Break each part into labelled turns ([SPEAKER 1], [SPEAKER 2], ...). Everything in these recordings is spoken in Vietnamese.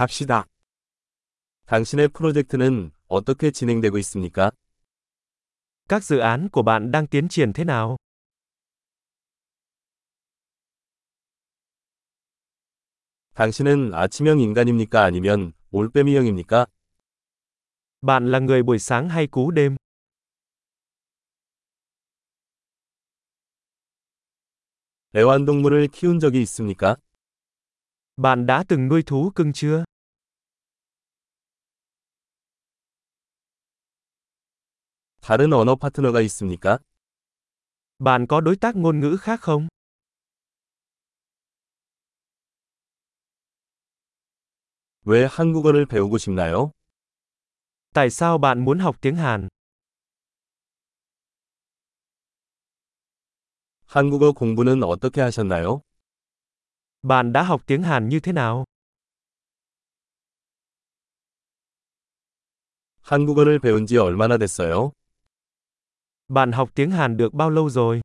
[SPEAKER 1] 갑시다. 당신의 프로젝트는 어떻게 진행되고 있습니까?
[SPEAKER 2] Các dự án của bạn đang tiến triển thế nào?
[SPEAKER 1] 당신은 아침형 인간입니까? 아니면 올빼미형입니까?
[SPEAKER 2] Bạn là người buổi sáng hay cú đêm?
[SPEAKER 1] 애완동물을 키운 적이 있습니까?
[SPEAKER 2] Bạn đã từng nuôi thú cưng chưa?
[SPEAKER 1] 다른 언어 파트너가 있습니까?
[SPEAKER 2] Bạn có đối tác ngôn ngữ khác không?
[SPEAKER 1] 왜 한국어를 배우고 싶나요?
[SPEAKER 2] Tại sao bạn muốn học tiếng Hàn?
[SPEAKER 1] 한국어 공부는 어떻게 하셨나요?
[SPEAKER 2] Bạn đã học tiếng Hàn như thế nào?
[SPEAKER 1] 한국어를 배운 지 얼마나 됐어요?
[SPEAKER 2] Bạn học tiếng Hàn được bao lâu rồi?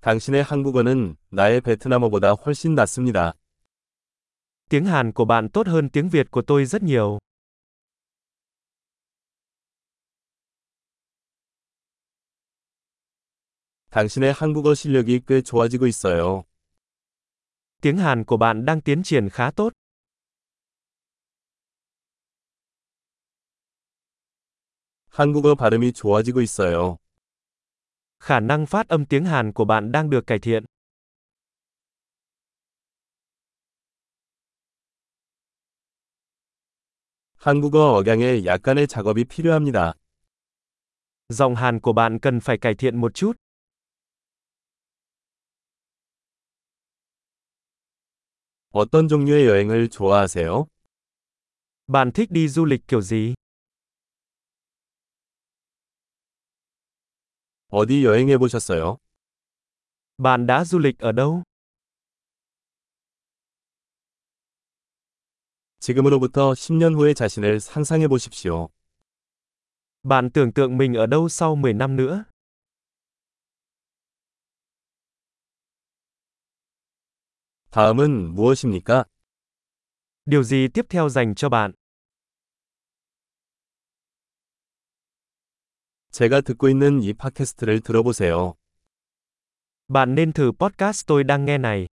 [SPEAKER 1] 당신의 한국어는 나의 베트남어보다 훨씬 낫습니다.
[SPEAKER 2] Tiếng Hàn của bạn tốt hơn tiếng Việt của tôi rất nhiều.
[SPEAKER 1] 당신의 한국어 실력이 꽤 좋아지고 있어요.
[SPEAKER 2] Tiếng Hàn của bạn đang tiến triển khá tốt.
[SPEAKER 1] 한국어 발음이 좋아지고 있어요.
[SPEAKER 2] Khả năng phát âm tiếng Hàn của bạn đang được cải thiện.
[SPEAKER 1] 한국어 억양에 약간의 작업이 필요합니다.
[SPEAKER 2] Giọng Hàn của bạn cần phải cải thiện một chút.
[SPEAKER 1] 어떤 종류의 여행을 좋아하세요?
[SPEAKER 2] Bạn thích đi du lịch kiểu gì?
[SPEAKER 1] 어디 여행해 보셨어요?
[SPEAKER 2] Bạn đã du lịch ở đâu?
[SPEAKER 1] 지금으로부터 10년 후의 자신을 상상해 보십시오.
[SPEAKER 2] Bạn tưởng tượng mình ở đâu sau 10 năm nữa?
[SPEAKER 1] 다음은 무엇입니까?
[SPEAKER 2] Điều gì tiếp theo dành cho bạn?
[SPEAKER 1] 제가 듣고 있는 이 팟캐스트를 들어보세요.
[SPEAKER 2] Bạn nên thử podcast tôi đang nghe này.